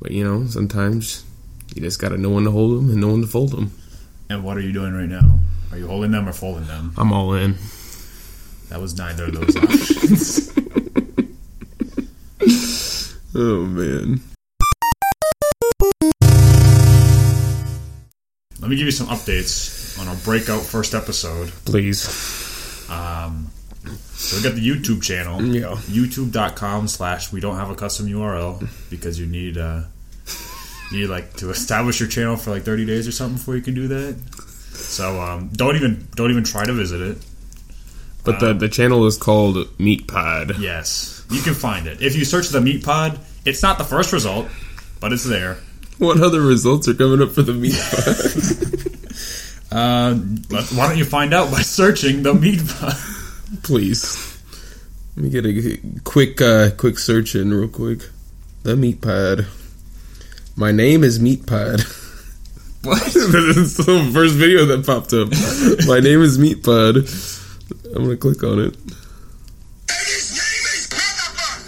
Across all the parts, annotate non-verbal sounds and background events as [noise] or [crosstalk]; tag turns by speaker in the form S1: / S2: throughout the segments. S1: But you know, sometimes you just got to know when to hold them and know when to fold them.
S2: And what are you doing right now? Are you holding them or folding them?
S1: I'm all in.
S2: That was neither of those options.
S1: Oh man.
S2: Let me give you some updates on our breakout first episode.
S1: Please.
S2: Um, so we got the YouTube channel,
S1: Yeah.
S2: youtube.com slash we don't have a custom URL because you need uh, you need like to establish your channel for like 30 days or something before you can do that. So um, don't even don't even try to visit it.
S1: But the the channel is called Meat Pod.
S2: Yes, you can find it if you search the meat pod. It's not the first result, but it's there.
S1: What other results are coming up for the Meat Pod?
S2: Uh, let- why don't you find out by [laughs] searching the meat pod?
S1: [laughs] Please. Let me get a quick uh, quick search in real quick. The Meat Pod. My name is Meat Pod. [laughs] What? [laughs] this is the first video that popped [laughs] up. My name is Meat Pod. I'm gonna click on it.
S3: And his name is Pepper.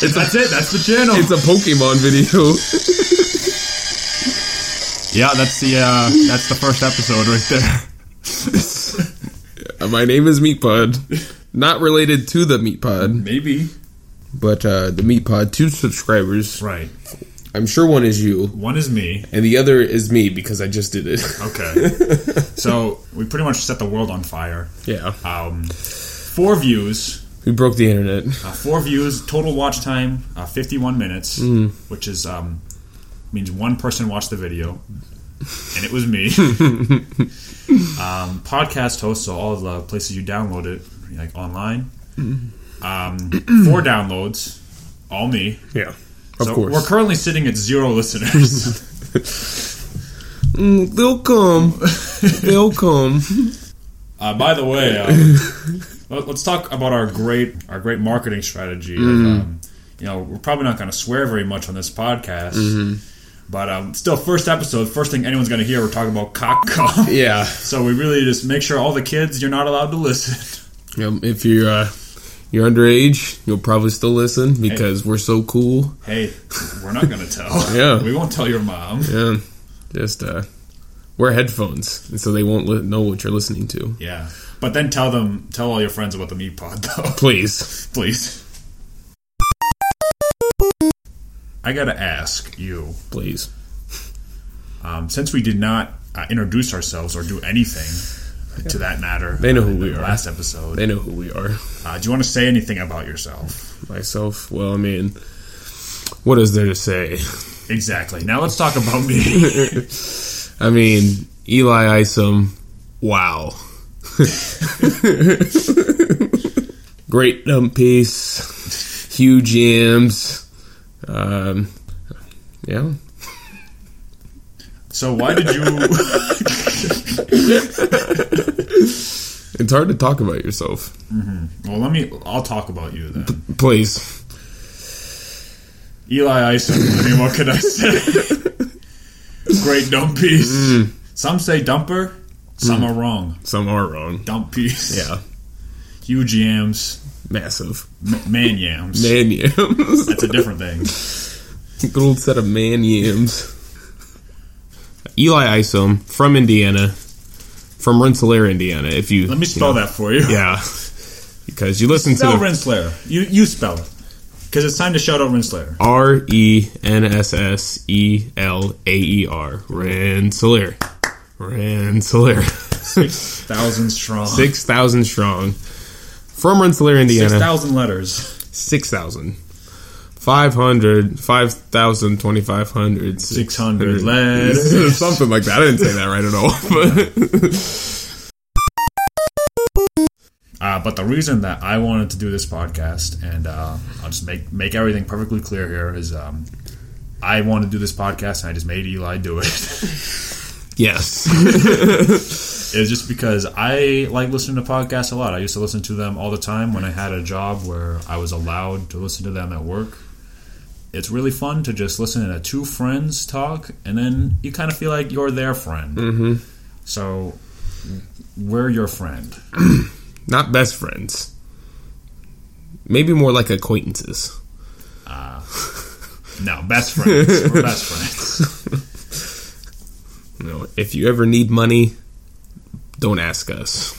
S2: That's it. That's the channel.
S1: It's a Pokemon video.
S2: yeah, that's the uh, that's the first episode right there.
S1: Uh, My name is Meat Pod. Not related to the Meat Pod,
S2: Maybe
S1: but uh, the Meat Pod two subscribers.
S2: right.
S1: I'm sure one is you,
S2: One is me.
S1: and the other is me because I just did it.
S2: [laughs] Okay. so we pretty much set the world on fire.
S1: yeah,
S2: Um, four views,
S1: we broke the internet.
S2: uh, four views, total watch time, uh, 51 minutes, which is um, means one person watched the video, and it was [laughs] me. um, podcast host, so all the places you download it, like online. Um, four downloads, all me.
S1: Yeah, of
S2: so
S1: course.
S2: we're currently sitting at
S1: [laughs]
S2: zero listeners.
S1: Mm, they'll come. they'll come.
S2: Uh, by the way, uh, let- let's talk about our great our great marketing strategy.
S1: Mm-hmm.
S2: Like, um, you know, we're probably not going to swear very much on this podcast,
S1: Mm-hmm.
S2: but um, still, first episode, first thing anyone's going to hear, we're talking about cock [laughs] call.
S1: Yeah.
S2: So we really just make sure all the kids you're not allowed to listen.
S1: Um, if you're uh, you're underage, you'll probably still listen because we're so cool.
S2: Hey, we're not going to tell.
S1: Yeah.
S2: we won't tell your mom.
S1: Yeah, just uh, wear headphones, and so they won't li- know what you're listening to.
S2: Yeah, but then tell them, tell all your friends about the meat pod, though,
S1: Please.
S2: please. I gotta ask you.
S1: Please.
S2: Um, since we did not uh, introduce ourselves or do anything to that matter,
S1: They know
S2: uh,
S1: who
S2: in
S1: we
S2: the
S1: are.
S2: Last episode,
S1: They know who we are.
S2: uh, do you want to say anything about yourself?
S1: Myself, well, I mean, what is there to say? [laughs]
S2: Exactly. Now let's talk about me. [laughs]
S1: I mean, Eli Isom, wow. [laughs] Great dump piece, huge yams. Um, yeah.
S2: so why did you? [laughs]
S1: It's hard to talk about yourself.
S2: Well, let me. I'll talk about you then.
S1: Please.
S2: Eli Ison. I mean, what can I say? [laughs] Great dump piece. Some say dumper. Some are wrong.
S1: Some are wrong.
S2: Dump piece.
S1: Yeah.
S2: Huge yams.
S1: Massive.
S2: M- man yams.
S1: Man [laughs] yams.
S2: That's a different thing.
S1: Good old set of man yams. Eli Isom from Indiana, from Rensselaer, Indiana. If you
S2: Let me spell that for [laughs] you.
S1: Yeah. Because you listen
S2: Spell
S1: to the-
S2: Renslayer. You you spell it. Because it's time to shout out Renslayer.
S1: R E N S S E L A E R. Rensselaer. Rensselaer.
S2: Six thousand strong.
S1: 6,000 strong. From Rensselaer,
S2: Six
S1: Indiana.
S2: thousand letters.
S1: 6,000. 500, 5,000, 2,500,
S2: 600 letters.
S1: [laughs] Something like that. I didn't say that right at all. [laughs] But
S2: Uh, but the reason that I wanted to do this podcast, and uh, I'll just make make everything perfectly clear here, is um, I wanted to do this podcast, and I just made Eli do it. [laughs]
S1: yes. [laughs]
S2: it's just because I like listening to podcasts a lot. I used to listen to them all the time when I had a job where I was allowed to listen to them at work. It's really fun to just listen to two friends talk, and then you kind of feel like you're their friend. Mm-hmm. So we're your friend.
S1: Not best friends. Maybe more like acquaintances.
S2: No. No, best friends. We're best friends.
S1: You know, if you ever need money, don't ask us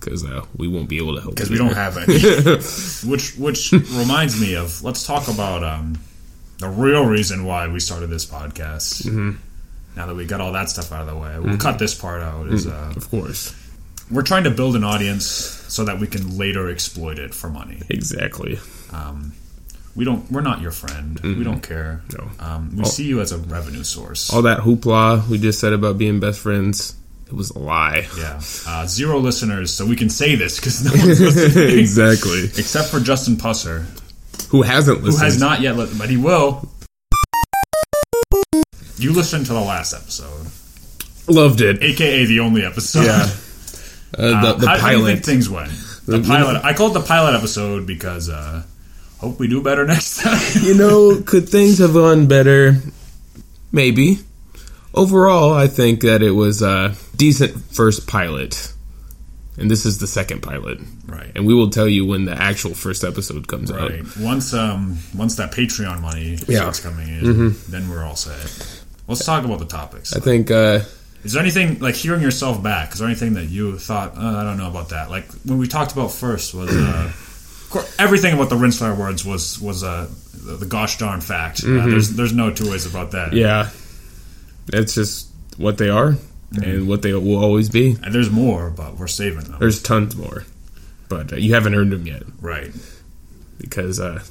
S1: because uh, we won't be able to help.
S2: Because
S1: [laughs]
S2: we don't have any. Which which reminds me of let's talk about um, the real reason why we started this podcast. Mm-hmm. Now that we got all that stuff out of the way,
S1: Mm-hmm.
S2: we'll cut this part out. Is uh,
S1: of course,
S2: we're trying to build an audience so that we can later exploit it for money. Um,
S1: exactly.
S2: We don't. We're not your friend. We don't care.
S1: Mm-hmm. No.
S2: Um, we see you as a revenue source.
S1: All that hoopla we just said about being best friends, it was a
S2: [laughs]
S1: lie. [laughs]
S2: Yeah. Uh, zero listeners, so we can say this because no one's listening.
S1: exactly.
S2: Except for Justin Pusser,
S1: Who hasn't
S2: who
S1: listened?
S2: has not yet listened, but he will. You listened to the last episode,
S1: Loved it.
S2: aka the only episode.
S1: Yeah. Uh, the
S2: Uh,
S1: the
S2: [laughs] how, how do you think
S1: pilot.
S2: things went? The
S1: The-
S2: pilot. I called the pilot episode because uh, hope we do better [laughs] next time.
S1: you know, could things have gone better? Maybe. Overall, I think that it was a decent first pilot. And this is the second pilot.
S2: right.
S1: And we will tell you when the actual first episode comes out.
S2: Right. Once um once that Patreon money
S1: Yeah. Mm-hmm.
S2: starts coming in, then we're all set. Let's talk about the topics.
S1: I think uh,
S2: Is there anything like hearing yourself back? Is there anything that you thought uh, I don't know about that? Like when we talked about first was
S1: [clears throat]
S2: uh, of course, everything about the Rinsler words was was uh, the, the gosh darn fact. Uh, there's there's no two ways about that.
S1: Mm-hmm. Yeah. That's just what they are and what they will always be.
S2: And there's more, but we're saving them.
S1: There's tons more, but uh, you haven't earned them yet
S2: right.
S1: because, uh,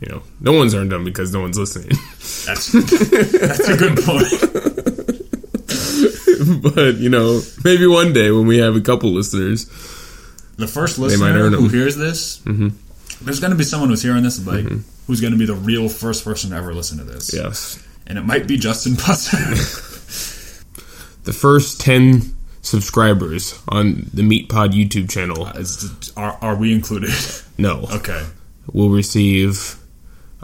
S1: you know, no one's earned them because no one's listening. [laughs]
S2: That's [laughs] that's a good point.
S1: but, you know, maybe one day when we have a couple listeners,
S2: The first
S1: might
S2: listener
S1: earn Mm-hmm.
S2: who
S1: 'em.
S2: hears this, there's going to be someone who's hearing this like
S1: Mm-hmm.
S2: who's going to be the real first person to ever listen to this.
S1: yes,
S2: And it might be Justin Pusser.
S1: the first 10 subscribers on the Meat Pod YouTube channel,
S2: [laughs] Is- are, are we included? [laughs]
S1: no,
S2: Okay.
S1: will receive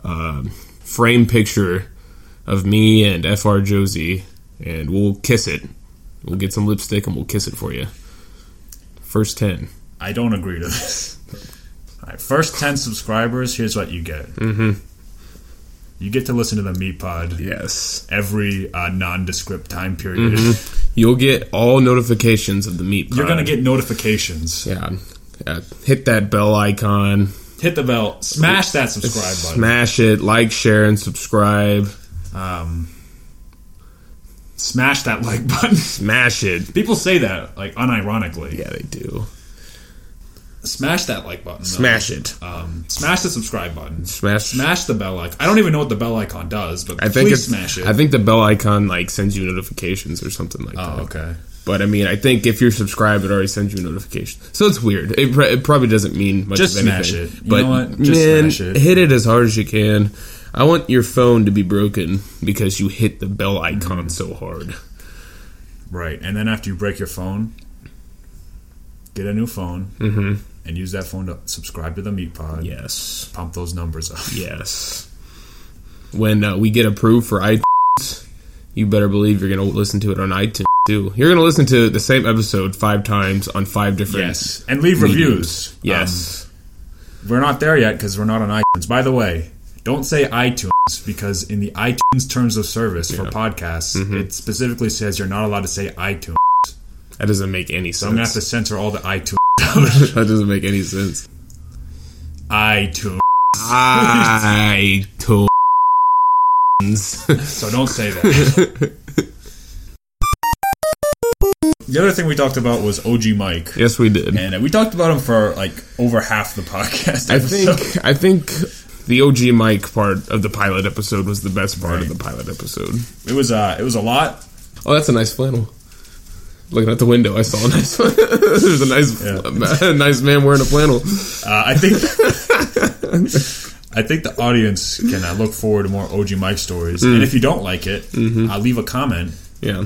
S1: a frame picture of me and FR Josie, and we'll kiss it. We'll get some lipstick and we'll kiss it for you. First 10.
S2: I don't agree to this. All right, first 10 subscribers, here's what you get. Mm-hmm. You get to listen to the Meat Pod
S1: Yes.
S2: every uh, nondescript time period.
S1: Mm-hmm. You'll get all notifications of the meat. Pod.
S2: You're going to get notifications.
S1: yeah. Yeah. Hit that bell icon.
S2: Hit the bell, smash that subscribe button.
S1: Smash it. Like, share, and subscribe.
S2: Um, smash that like [laughs] button.
S1: Smash it.
S2: People say that, like, unironically.
S1: Yeah, they do.
S2: Smash that like button. though.
S1: Smash it.
S2: Um, smash the subscribe button.
S1: Smash.
S2: Smash the bell icon. I don't even know what the bell icon does, but
S1: I think
S2: please
S1: it's.
S2: smash it.
S1: I think the bell icon like sends you notifications or something like
S2: oh,
S1: that.
S2: okay.
S1: But I mean, I think if you're subscribed, it already sends you a notification. So it's weird. It, pr- it probably doesn't mean much.
S2: Just
S1: of anything.
S2: smash it. You
S1: but
S2: know what? Just
S1: man,
S2: smash it.
S1: hit it as hard as you can. I want your phone to be broken because you hit the bell
S2: Mm.
S1: icon so hard.
S2: Right, and then after you break your phone, get a new phone and use that phone to subscribe to the Meat Pod.
S1: Yes.
S2: Pump those numbers up.
S1: Yes. When uh, we get approved for iTunes, you better believe you're going to listen to it on iTunes too. You're going to listen to the same episode five times on five different.
S2: Yes, and leave reviews.
S1: Yes.
S2: Um, we're not there yet because we're not on iTunes. By the way, don't say iTunes because in the iTunes terms of service for podcasts, it specifically says you're not allowed to say iTunes.
S1: that doesn't make any
S2: I'm gonna have
S1: sense.
S2: to censor all the iTunes. out.
S1: that doesn't make any sense.
S2: iTunes.
S1: [laughs] iTunes.
S2: So don't say that. the other thing we talked about was OG Mike.
S1: yes, we did.
S2: And uh, we talked about him for like over half the podcast.
S1: I
S2: episode.
S1: think I think the OG Mike part of the pilot episode was the best part of
S2: Right.
S1: the pilot episode.
S2: it was uh, it was a lot.
S1: Oh, that's a nice flannel. Looking out the window, I saw a nice. [laughs] There's a nice, [laughs] a nice man wearing a flannel.
S2: Uh,
S1: [laughs]
S2: I think I think the audience can uh, look forward to more OG Mike stories.
S1: Mm.
S2: And if you don't like it,
S1: Mm-hmm.
S2: uh, leave a comment.
S1: Yeah,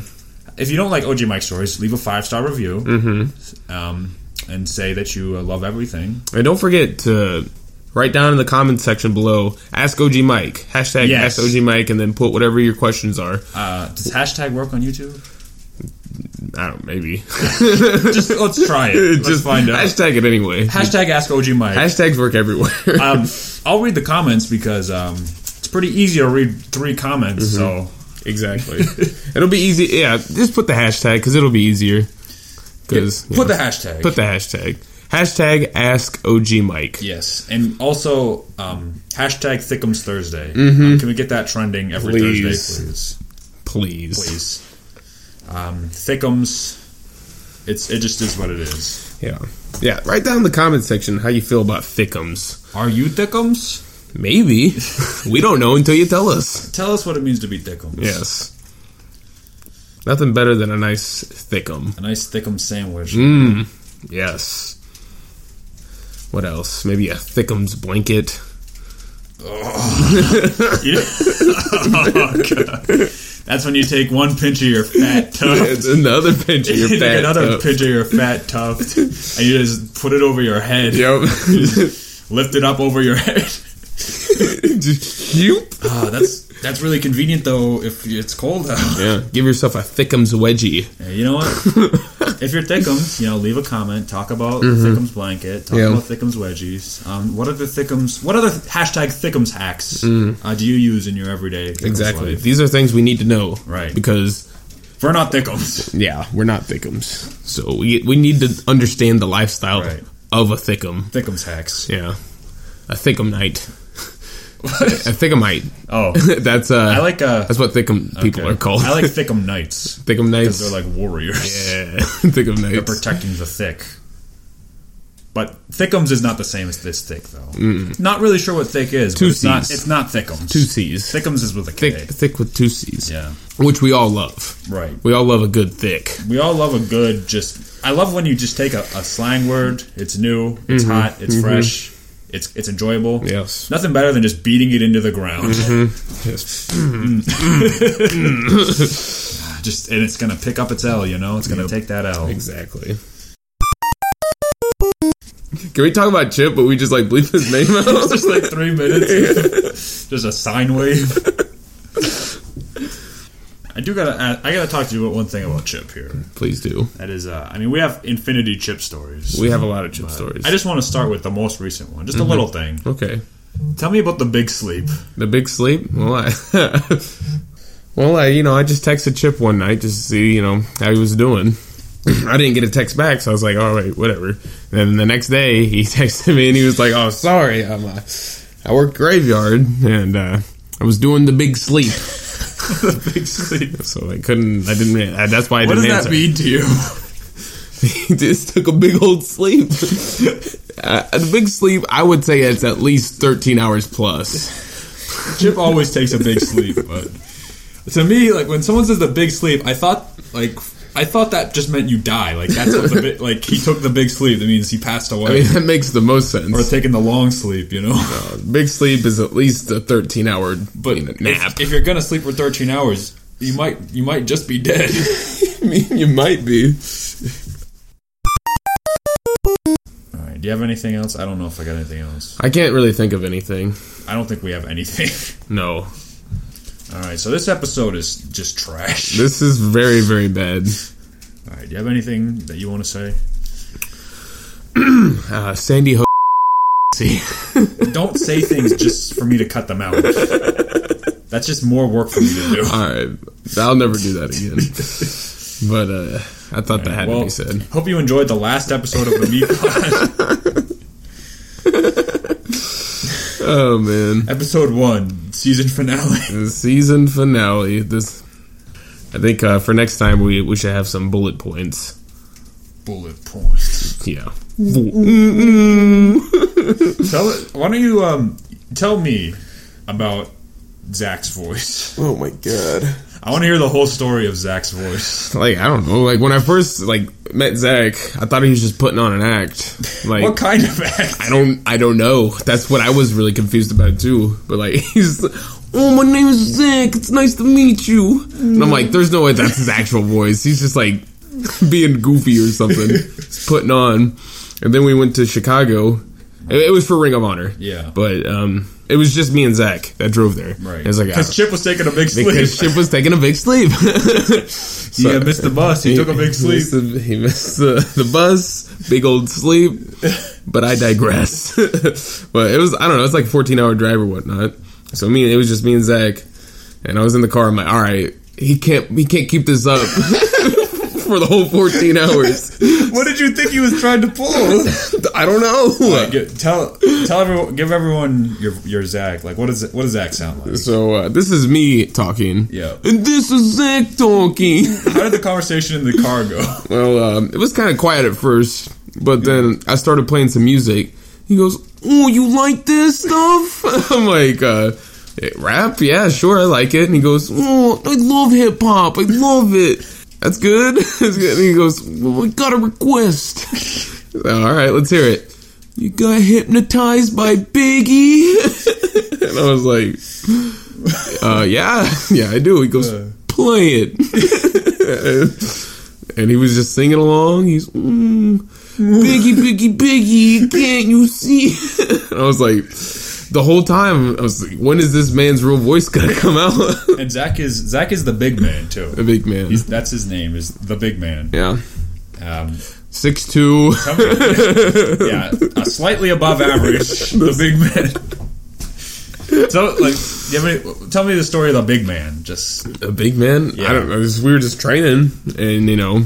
S2: If you don't like OG Mike stories, leave a five star review
S1: Mm-hmm.
S2: um, and say that you uh, love everything.
S1: and don't forget to write down in the comments section below. Ask OG Mike hashtag
S2: Yes.
S1: Ask OG Mike, and then put whatever your questions are.
S2: Uh, does hashtag work on YouTube?
S1: I don't know, maybe
S2: [laughs] Just let's
S1: [laughs]
S2: try it. Let's
S1: just
S2: find out.
S1: hashtag it anyway.
S2: Hashtag ask OG Mike.
S1: [laughs]
S2: Uh,
S1: Hashtags work everywhere.
S2: um, I'll read the comments because um, pretty easy to read three comments.
S1: Mm-hmm.
S2: So
S1: Exactly. it'll be easy. Yeah, just put the hashtag because it'll be easier. Because
S2: put the hashtag.
S1: put the hashtag hashtag ask OG Mike.
S2: yes, and also um, hashtag Thickums Thursday. Um, can we get that trending every
S1: Mm-hmm. Please.
S2: Thursday, please?
S1: Please.
S2: Please. Um, Thickums. It's it just is what it is.
S1: Yeah. Yeah. Write down in the comment section how you feel about thickums.
S2: Are you Thickums?
S1: Maybe [laughs] we don't know until you tell us.
S2: Tell us what it means to be Thickums.
S1: Yes. Nothing better than a nice thickum.
S2: A nice Thickums sandwich.
S1: Mmm. Yes. What else? Maybe a thickums blanket.
S2: Yeah. [laughs] Oh, God. That's when you take one pinch of
S1: [laughs]
S2: your fat tuft.
S1: Another pinch of your
S2: [laughs] you
S1: fat.
S2: take another
S1: toe.
S2: pinch of your fat tuft, and you just put it over your head.
S1: Yep.
S2: Lift it up over your head.
S1: [laughs] Just cute.
S2: Ah, that's that's really convenient though if it's cold out. [laughs]
S1: Yeah. Give yourself a thickums wedgie.
S2: Yeah, You know
S1: [laughs]
S2: what? if you're Thickums, you know, leave a comment. Talk about Thickums blanket.
S1: Mm-hmm.
S2: Talk
S1: Yeah.
S2: about Thickums wedgies. Um, what other Thickums? What other hashtag Thickums hacks uh, do you use in your everyday Thickums
S1: Mm. Exactly.
S2: life?
S1: These are things we need to know.
S2: Right.
S1: Because
S2: We're not
S1: [laughs]
S2: Thickums.
S1: yeah, we're not thickums, so we we need to understand the lifestyle
S2: Right.
S1: of a thickum.
S2: Thickums hacks.
S1: Yeah, a
S2: [laughs]
S1: thickumite. a thickumite.
S2: Oh,
S1: [laughs] that's uh,
S2: I like
S1: [laughs]
S2: uh,
S1: that's what thickum people
S2: Okay.
S1: are called.
S2: I like Thickum
S1: [laughs]
S2: Knights
S1: thickum
S2: because
S1: knights.
S2: they're like warriors.
S1: yeah, [laughs] thickum
S2: [laughs] They're
S1: knights.
S2: protecting the thick. But Thickums is not the same as this thick though. Not really sure what thick is.
S1: Two
S2: but it's not.
S1: Cs.
S2: It's not Thickums.
S1: Two C's.
S2: Thickums is with a K.
S1: Thick, thick with two C's.
S2: Yeah,
S1: Which we all love.
S2: right.
S1: We all love a good thick.
S2: We all love a good. Just I love when you just take a, a slang word. It's new. It's
S1: Mm-hmm.
S2: hot. It's fresh. It's it's enjoyable.
S1: Yes.
S2: Nothing better than just beating it into the ground.
S1: Mm-hmm. yes.
S2: [laughs]
S1: Mm.
S2: Just and it's gonna pick up its L. You know, it's gonna take that L.
S1: Exactly. Can we talk about Chip, but we just like bleep his name out?
S2: [laughs] It's just like
S1: [laughs]
S2: three minutes. just a sine wave. [laughs] I do gotta. uh, I- I gotta talk to you about one thing about Chip here.
S1: Please do.
S2: That is, uh, I mean, we have infinity Chip stories. Uh,
S1: We have a lot of Chip stories. Mm-hmm.
S2: I just want to start with the most recent one. Just a little thing.
S1: okay.
S2: Tell me about the big sleep.
S1: The big sleep? Well, I, [laughs] well, I, you know, I just texted Chip one night just to see, you know, how he was doing. [clears throat] I didn't get a text back, so I was like, all right, whatever. And then the next day, he [laughs] texted me and he was like, oh, sorry, I'm, uh, I worked graveyard and uh, I was doing the big sleep,
S2: [laughs] the big sleep.
S1: so I couldn't. I didn't. I, that's why I
S2: What
S1: didn't
S2: does that
S1: answer.
S2: mean to
S1: [laughs]
S2: you?
S1: he just took a big old sleep. [laughs] uh, the big sleep, I would say, it's at least thirteen hours plus. [laughs]
S2: Chip always takes a big sleep, but to me, like when someone says the big sleep, I thought like I thought that just meant you die. Like that's what the bi- [laughs] like he took the big sleep. That means he passed away.
S1: I mean, that makes the most sense.
S2: [laughs] or taking the long sleep, you know.
S1: Big sleep is at least a 13 hour
S2: But
S1: you know,
S2: if-
S1: nap.
S2: [laughs] If, you're gonna sleep for 13 hours, you might you might just be dead. [laughs]
S1: [laughs] I mean, you might be.
S2: All right. Do you have anything else? I don't know if I got anything else.
S1: I can't really think of anything.
S2: I don't think we have anything. [laughs]
S1: No.
S2: All right. So this episode is just trash.
S1: This is very, very bad.
S2: All right. Do you have anything that you want to say?
S1: Uh, Sandy Hook. [laughs] See,
S2: Don't say things just for me to cut them out. That's just more work for me to do.
S1: alright. I'll never do that [laughs] again. But uh, I thought that had to
S2: Well,
S1: be said.
S2: hope you enjoyed the last episode of the Meat
S1: [laughs]
S2: Pod,
S1: Oh, man.
S2: episode one, season finale.
S1: The season finale. This. I think uh, for next time we, we should have some bullet points.
S2: Bullet points.
S1: Yeah. Mm-mm.
S2: Tell it. Why don't you um tell me about Zach's
S1: [laughs]
S2: voice?
S1: oh my god.
S2: I want to hear the whole story of Zach's voice.
S1: like I don't know. Like when I first like met Zach, I thought he was just putting on an act. Like
S2: What kind of act?
S1: I don't, I don't know. That's what I was really confused about too. But like [laughs] he's, like, oh my name is Zach. It's nice to meet you. And I'm
S2: Mm.
S1: like, there's no way that's his actual voice. He's just like [laughs] being goofy or
S2: [laughs]
S1: something. He's putting on. And then we went to Chicago. It it was for Ring of Honor.
S2: Yeah.
S1: But um, it was just me and Zach that drove there.
S2: Right.
S1: It was like.
S2: Because
S1: ah,
S2: Chip was taking a big sleep.
S1: Because
S2: [laughs]
S1: Chip was taking a big sleep. [laughs] so,
S2: he had missed the
S1: [laughs]
S2: bus. He, took a big sleep.
S1: Missed the, he missed the, the bus, big old [laughs] sleep. But I digress. but it was I don't know. It's like a fourteen hour drive or whatnot. So me, it was just me and Zach, and I was in the car. I'm like, all right, he can't, he can't keep this up [laughs] for the whole 14 hours.
S2: What did you think he was trying to pull?
S1: I don't know.
S2: Give, tell tell everyone give everyone your your Zach. Like what does what does Zach sound [laughs] like?
S1: So uh, this is me talking.
S2: Yeah.
S1: And this is Zach talking.
S2: How did the conversation in the car go?
S1: well, um, it was kind of quiet at first, but then I started playing some music. He goes, "Oh, you like this stuff?" [laughs] I'm like, uh, "Eh, "Rap? Yeah, sure, I like it." And he goes, "Oh, I love hip hop. I love it. That's good." [laughs] That's good. And he goes, well, "I got a request." [laughs] All right, let's hear it. You got hypnotized by Biggie, [laughs] and I was like, uh, yeah, [laughs] yeah, I do. He goes,
S2: Uh.
S1: play [laughs] it. and he was just singing along. He's, mm, Biggie, Biggie, Biggie, can't you see? [laughs] and I was like, the whole time, I was like, when is this man's real voice going to [laughs] come out?
S2: And Zach is Zach is the big man
S1: A
S2: too.
S1: big man.
S2: He's, that's his name is the big man.
S1: yeah.
S2: [laughs] Um,
S1: six two.
S2: yeah, uh, slightly above average. The big man. So like, you have any, tell me the story of the big man. Just
S1: a big man. I
S2: Yeah.
S1: don't know. Just, we were just training, and, you know,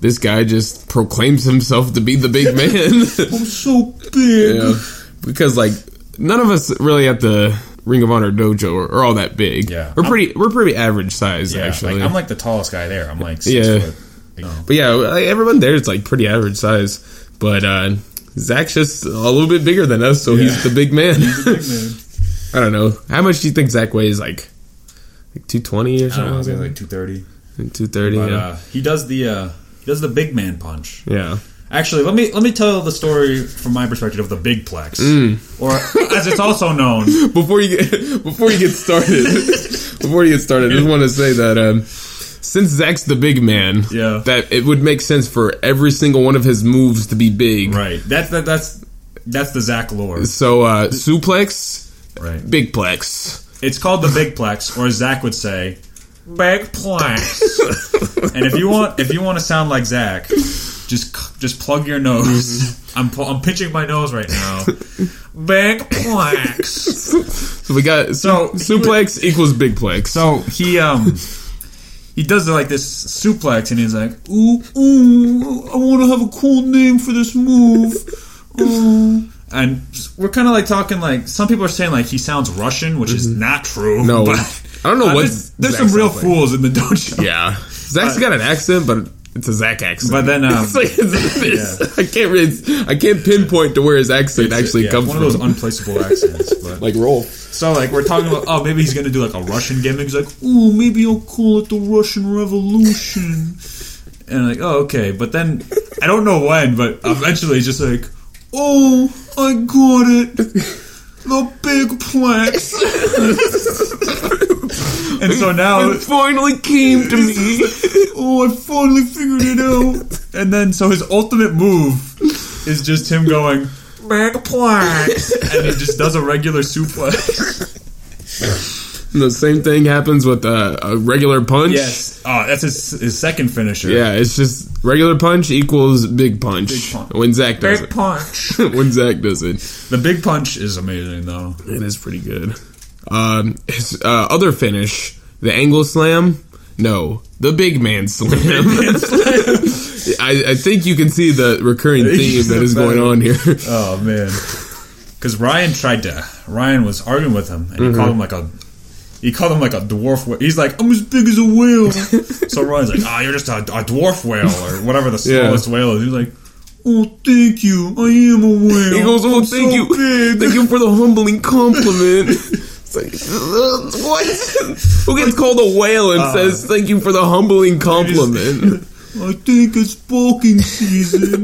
S1: this guy just proclaims himself to be the
S2: [laughs]
S1: big man. [laughs]
S2: I'm so big.
S1: Yeah, because like none of us really at the Ring of Honor dojo are, are all that big.
S2: Yeah.
S1: we're pretty we're pretty average size
S2: Yeah,
S1: actually.
S2: Like, I'm like the tallest guy there. I'm like six
S1: Yeah.
S2: foot. No.
S1: but yeah, like, everyone there is like pretty average size. But uh, Zach's just a little bit bigger than us, so he's
S2: Yeah.
S1: the big man.
S2: Big man.
S1: [laughs] I don't know how much do you think Zach weighs? Like like two twenty or
S2: I don't know,
S1: something.
S2: maybe like two thirty.
S1: two thirty.
S2: But
S1: Yeah.
S2: uh, he does the uh, he does the big man punch.
S1: yeah. [laughs]
S2: Actually, let me let me tell the story from my perspective of the big plex, or as it's also known.
S1: before you get [laughs] before you get started, before you get started, I just want to say that um, since Zach's the big man,
S2: Yeah.
S1: that it would make sense for every single one of his moves to be big.
S2: Right. That's that, that's that's the Zach lore.
S1: So uh, suplex,
S2: Right.
S1: big plex.
S2: It's called the big plex, or as Zach would say, big plex. and if you want if you want to sound like Zach, just c- just plug your nose. I'm pu- I'm pinching my nose right now. big plex.
S1: So we got so
S2: So-
S1: suplex equals big plex.
S2: So he um he does like this suplex and he's like, ooh ooh, I want to have a cool name for this
S1: [laughs]
S2: move. Ooh. And just- we're kind of like talking like some people are saying like he sounds Russian, which is not true.
S1: Mm-hmm. No.
S2: but uh,
S1: I don't know what
S2: there's, there's
S1: Zach
S2: some real
S1: sounds like.
S2: fools in the dojo.
S1: yeah, Zach's got an accent, but. It's a Zach accent,
S2: But
S1: [laughs]
S2: then, um,
S1: It's like- it's- it's- I can't really, I can't pinpoint to where his accent actually
S2: Yeah,
S1: comes
S2: one
S1: from.
S2: of those unplaceable accents. But
S1: like roll,
S2: so like we're talking about oh maybe he's gonna do like a Russian gimmick. He's like ooh maybe I'll call it the Russian Revolution. And like oh okay, but then I don't know when, but eventually he's just like oh I got it, the big plex. and so now
S1: it finally came to me.
S2: oh, I finally figured it out. And then, so his ultimate move is just him going, Megaplex. And he just does a regular suplex.
S1: And the same thing happens with uh, a regular punch.
S2: Yes. Oh, that's his, his second finisher.
S1: Yeah, it's just regular punch equals big punch.
S2: Big punch.
S1: When Zach does
S2: Big punch.
S1: it. [laughs] when Zach does it.
S2: The big punch is amazing, though.
S1: It is pretty good. Um, his uh, other finish, the angle slam. No, the big man slam. [laughs] I, I think you can see the recurring theme that is going on here. [laughs]
S2: Oh, man. Because Ryan tried to, Ryan was arguing with him, and
S1: Mm-hmm.
S2: he called him like a. He called him like a dwarf whale. He's like, I'm as big as a whale. so Ryan's like, ah, you're just a, a dwarf whale or whatever the
S1: Yeah.
S2: smallest whale is. He's like, oh, thank you. I am a
S1: [laughs]
S2: whale.
S1: He goes, "Oh,
S2: I'm
S1: thank
S2: so
S1: you,
S2: big."
S1: thank you for the humbling compliment." It's like, [laughs] uh, what? Who gets called a whale and says, "Thank you for the humbling compliment"? [laughs]
S2: I think it's bulking season.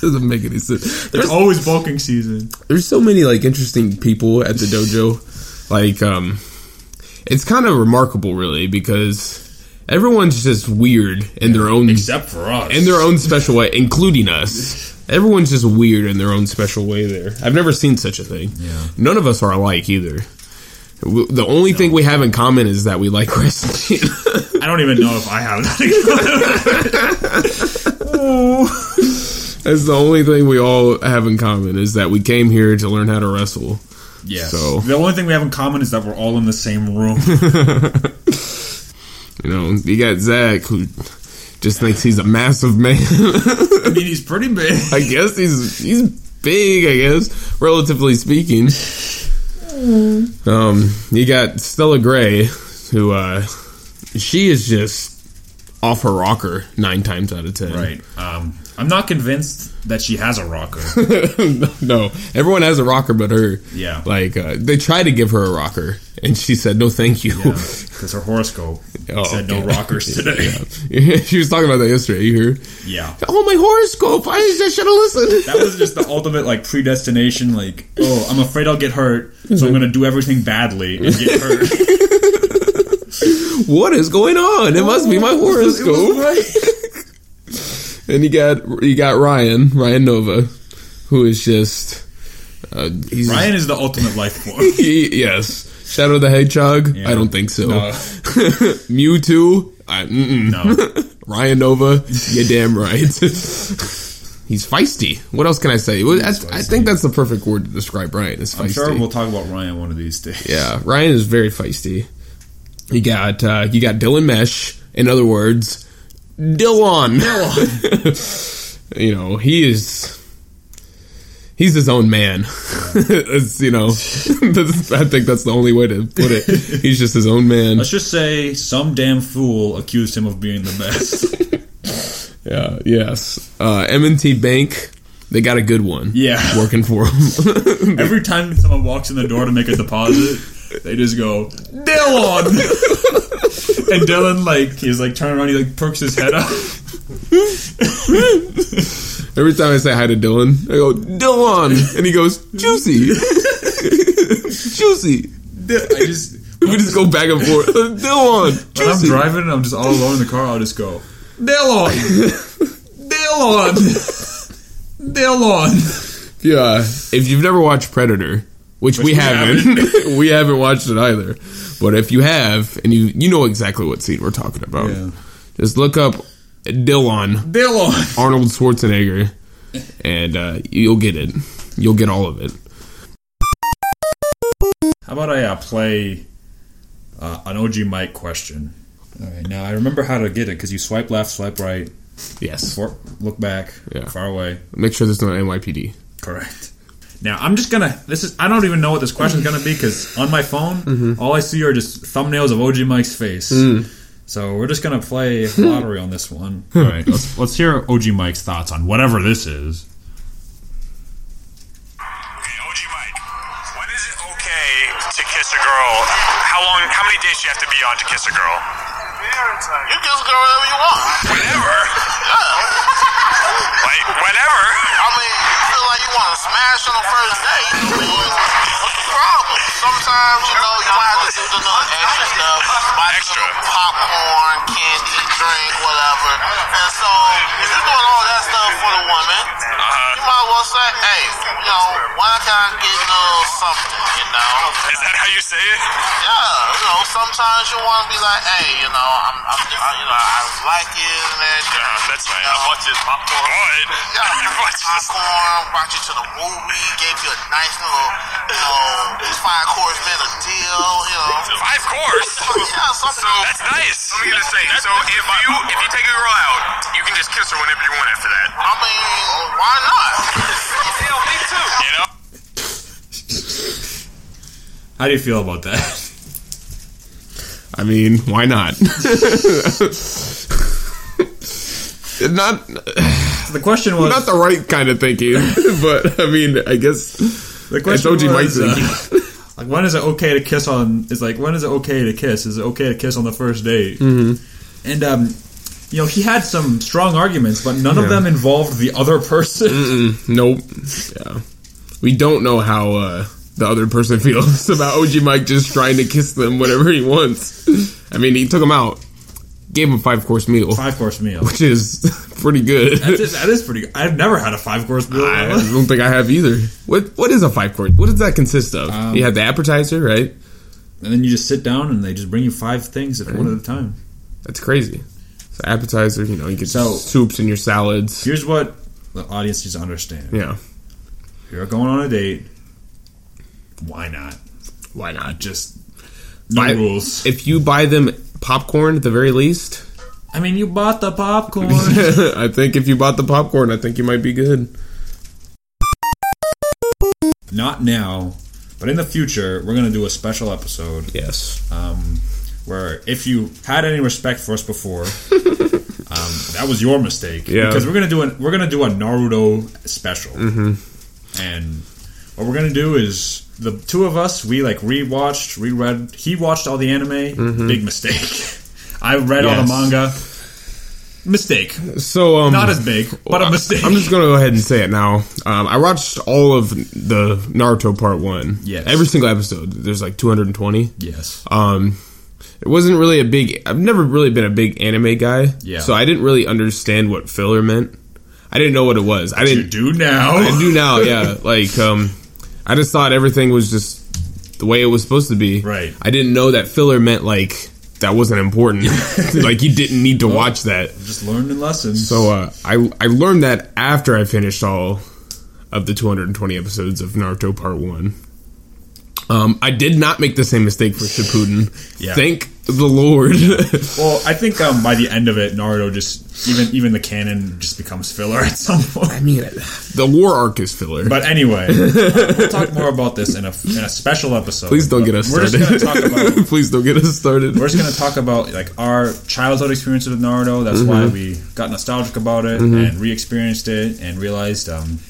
S1: Doesn't make any sense.
S2: There's
S1: There's,
S2: always bulking season.
S1: there's so many like interesting people at the dojo. Like, um, it's kind of remarkable, really, because everyone's just weird in their own
S2: Except for us.
S1: in their own special way, including us. Everyone's just weird in their own special way. There, I've never seen such a thing.
S2: Yeah.
S1: None of us are alike either. W- The only thing we have in common is that we like wrestling. [laughs]
S2: I don't even know if I have that. oh.
S1: That's the only thing we all have in common is that we came here to learn how to wrestle.
S2: Yeah.
S1: So-
S2: the only thing we have in common is that we're all in the same room.
S1: You know, you got Zach who just thinks he's a massive man. [laughs]
S2: I mean, he's pretty big.
S1: I guess he's he's big. I guess relatively speaking. Um, you got Stella Gray, who uh, she is just off her rocker nine times out of ten.
S2: Right. Um, I'm not convinced that she has a rocker.
S1: [laughs] no, everyone has a rocker but her.
S2: Yeah.
S1: Like uh, they tried to give her a rocker, and she said no, thank you.
S2: Because her horoscope
S1: [laughs] Oh,
S2: said
S1: okay.
S2: no
S1: [laughs]
S2: rockers today.
S1: she was talking about that yesterday. You heard?
S2: yeah.
S1: Oh, my horoscope! I just should have listened.
S2: That was just the ultimate like predestination. Like, oh, I'm afraid I'll get hurt, so I'm gonna do everything badly and
S1: [laughs]
S2: get hurt.
S1: what is going on? Oh, It must be my horoscope. [laughs] and you got you got Ryan Ryan Nova, who is just uh, he's
S2: Ryan is the ultimate life form.
S1: [laughs] he- yes Shadow the Hedgehog. I don't think so.
S2: No.
S1: [laughs] Mewtwo. I, mm-mm.
S2: No.
S1: Ryan Nova. You're damn right. [laughs] he's feisty. What else can I say? Well, that's- I think that's the perfect word to describe Ryan. Is feisty.
S2: I'm sure we'll talk about Ryan one of these days.
S1: Yeah, Ryan is very feisty. You got uh, you got Dylan Mesh. In other words, Dylan. [laughs] Dylan. you know he is he's his own man. [laughs] It's, you know, [laughs] that's- I think that's the only way to put it. He's just his own man.
S2: Let's just say some damn fool accused him of being the
S1: [laughs]
S2: best.
S1: Yeah. Yes. Uh, M&T Bank. They got a good one.
S2: Yeah.
S1: Working for him.
S2: Every time someone walks in the door to make a deposit, they just go, [laughs] Dylan! and Dylan, like, he's like, turn around, he like perks his head up.
S1: Every time I say hi to Dylan, I go Dylan, and he goes juicy, [laughs] juicy.
S2: I just,
S1: We just go back and forth. Dylan,
S2: when I'm
S1: juicy.
S2: driving and I'm just all alone in the car, I'll just go, Dylan! [laughs] Dylan! Dylan!
S1: Yeah. If you've never watched Predator, which, we,
S2: we
S1: haven't, [laughs] we haven't watched it either. But if you have, and you you know exactly what scene we're talking about,
S2: Yeah.
S1: just look up Dylan
S2: Dylan!
S1: Arnold Schwarzenegger, and uh, you'll get it. You'll get all of it.
S2: How about I uh, play uh, an OG Mike question? All right, now I remember how to get it because you swipe left, swipe right,
S1: Yes.
S2: for, look back,
S1: Yeah.
S2: far away.
S1: Make sure there's no NYPD.
S2: Correct. Now I'm just gonna. This is. I don't even know what this question's gonna be because on my phone,
S1: Mm-hmm.
S2: all I see are just thumbnails of OG Mike's face.
S1: Mm.
S2: So we're just gonna play
S1: [laughs]
S2: lottery on this one. All right. Let's, let's hear OG Mike's thoughts on whatever this is.
S4: Okay, OG Mike, when is it okay to kiss a girl? How long? How many days do you have to be on to kiss a girl? You kiss a girl whenever [laughs] you want. Whenever. Like whenever. I mean, you feel like you want to smash on the first date. What's the problem? Sometimes you know you might have to do the little extra stuff, buy extra popcorn, candy, drink, whatever. And so if you're doing all that stuff for the woman, you might as well say, hey, you know, why can't I get a little something? You know. Is that how you say it? Yeah, you know, sometimes you want to be like, hey, you know, I'm, I'm I, you know, I like it and that. Yeah, that's right. I bought you popcorn. Yeah, [laughs] I bought you popcorn. Brought you to the movie. Gave you a nice little, you know, five course meal deal. You [laughs] know, five course. yeah, something. So that's nice. Let me get this thing. So if you if you take a girl out, you can just kiss her whenever you want after that. I mean, why not? [laughs] Hell, me too. You know.
S2: How do you feel about that? [laughs]
S1: I mean, why [laughs] not? not
S2: the question was.
S1: not the right kind of thinking, [laughs] but I mean, I guess
S2: the question
S1: it's OG Mike's
S2: was. uh, like when is it okay to kiss on? It's like when is it okay to kiss? Is it okay to kiss on the first date?
S1: Mm-hmm.
S2: And um, you know he had some strong arguments, but none of them involved the other person.
S1: [laughs] nope. Yeah, we don't know how uh, the other person [laughs] feels about OG Mike just trying to kiss them whenever he wants. I mean, he took him out, gave him a five course meal,
S2: [laughs]
S1: [laughs]
S2: Five course meal.
S1: which is pretty good.
S2: That is, [laughs] that is pretty good. I've never had a five course meal.
S1: I don't think I have either. What what is a five course? What does that consist of? you have the appetizer, right?
S2: [laughs] And then you just sit down and they just bring you five things at one at a time.
S1: That's crazy. So appetizer, you know, you get
S2: So-
S1: soups and your salads.
S2: Here's what the audience needs to understand.
S1: Yeah.
S2: You're going on a date. why not?
S1: Why not?
S2: Just no
S1: Buy-
S2: rules.
S1: If you buy them popcorn at the very least, [laughs]
S2: I mean, you bought the [laughs] popcorn.
S1: I think if you bought the popcorn, I think you might be good.
S2: not now, but in the future, we're gonna do a special episode
S1: Yes.
S2: um, where if you had any respect for
S1: [laughs]
S2: us before, um, that was your mistake.
S1: Yeah.
S2: Because we're gonna do a we're gonna do a Naruto special,
S1: Mm-hmm.
S2: and what we're gonna do is the two of us we like rewatched, reread. He watched all the anime. Big mistake. [laughs] I read all
S1: Mm-hmm. Yes.
S2: the manga. Mistake.
S1: So um,
S2: Not as big, but a mistake.
S1: I'm just gonna go ahead and say it now. Um, I watched all of the Naruto Part One.
S2: Yes.
S1: Every single episode. There's like 220.
S2: yes.
S1: Um, it wasn't really a big. I've never really been a big anime guy.
S2: Yeah.
S1: So I didn't really understand what filler meant. I didn't know what it was. I
S2: You
S1: didn't.
S2: do now.
S1: I do now.
S2: [laughs]
S1: Yeah. Like um, I just thought everything was just the way it was supposed to be.
S2: Right.
S1: I didn't know that filler meant like that wasn't
S2: [laughs]
S1: important. like you didn't need to watch that.
S2: Just learning lessons.
S1: So uh, I I learned that after I finished all of the 220 episodes of Naruto Part One. Um, I did not make the same mistake for Shippuden.
S2: Yeah.
S1: Thank the Lord. [laughs]
S2: Well, I think um, by the end of it, Naruto just even even the canon just becomes filler [laughs] at some point.
S1: mean, the war arc is filler.
S2: But anyway,
S1: [laughs]
S2: we'll talk more about this in a in a special episode.
S1: Please don't get us
S2: We're
S1: started.
S2: just gonna
S1: [laughs]
S2: talk about.
S1: Please don't get us started.
S2: We're just gonna talk about like our childhood experiences with Naruto. That's why
S1: Mm-hmm.
S2: we got nostalgic about it and re-experienced it and realized um,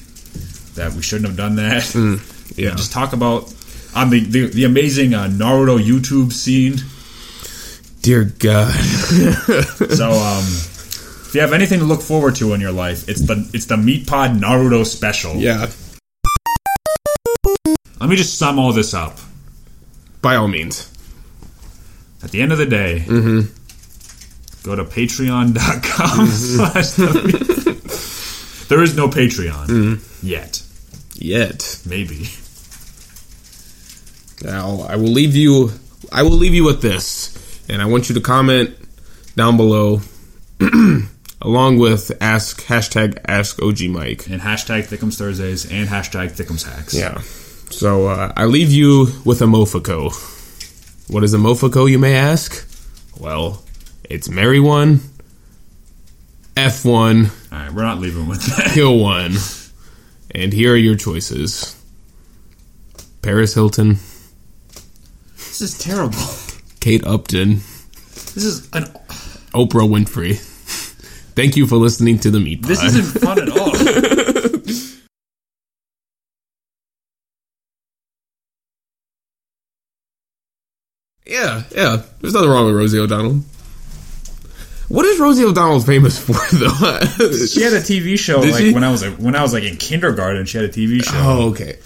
S2: that we shouldn't have done that.
S1: Mm,
S2: [laughs]
S1: yeah.
S2: Just talk about on the the, the amazing uh, Naruto YouTube scene.
S1: Dear God.
S2: So, um, if you have anything to look forward to in your life, it's the it's the Meat Pod Naruto special.
S1: Yeah.
S2: Let me just sum all this up.
S1: By all means.
S2: At the end of the day,
S1: Mm-hmm.
S2: go to patreon.com [laughs] slash the- There is no Patreon
S1: Mm-hmm.
S2: yet.
S1: Yet.
S2: Maybe.
S1: Now I will leave you. I will leave you with this, and I want you to comment down below, [clears throat] along with ask hashtag ask OG Mike.
S2: And hashtag Thickums Thursdays and hashtag Thickums Hacks.
S1: Yeah. So uh, I leave you with a mofico. What is a mofico, you may ask? Well, it's marry one, f one,
S2: All right, we're not leaving with that.
S1: kill one, and here are your choices: Paris Hilton,
S2: [laughs] this is terrible.
S1: Kate Upton.
S2: This is an.
S1: Oprah Winfrey. [laughs] Thank you for listening to the Meat Pod.
S2: This isn't fun at all.
S1: yeah, yeah. There's nothing wrong with Rosie O'Donnell. What is Rosie O'Donnell famous [laughs] for, though?
S2: She had a TV show
S1: Did
S2: like
S1: she?
S2: when I was like, when I was like in kindergarten. She had a TV show.
S1: [laughs]
S2: Oh,
S1: oh, okay.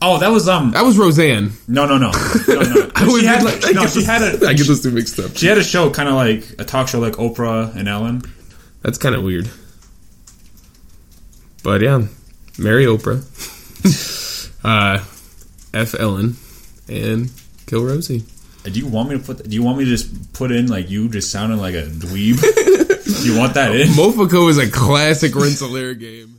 S1: Well,
S2: that was um
S1: that was
S2: [laughs]
S1: Roseanne.
S2: no no no no no.
S1: I was-
S2: she had like
S1: I
S2: no
S1: get
S2: she
S1: this-
S2: had a
S1: [laughs] I get those two mixed up.
S2: She had a show kind of like a talk show like Oprah and Ellen.
S1: That's kind of weird. But yeah, marry Oprah, [laughs] uh, F Ellen, and kill Rosie.
S2: Uh, Do you want me to put? Do you want me to just put in like you [laughs] just sounding like a dweeb? do you want that in?
S1: Mofico is a classic Rensselaer game.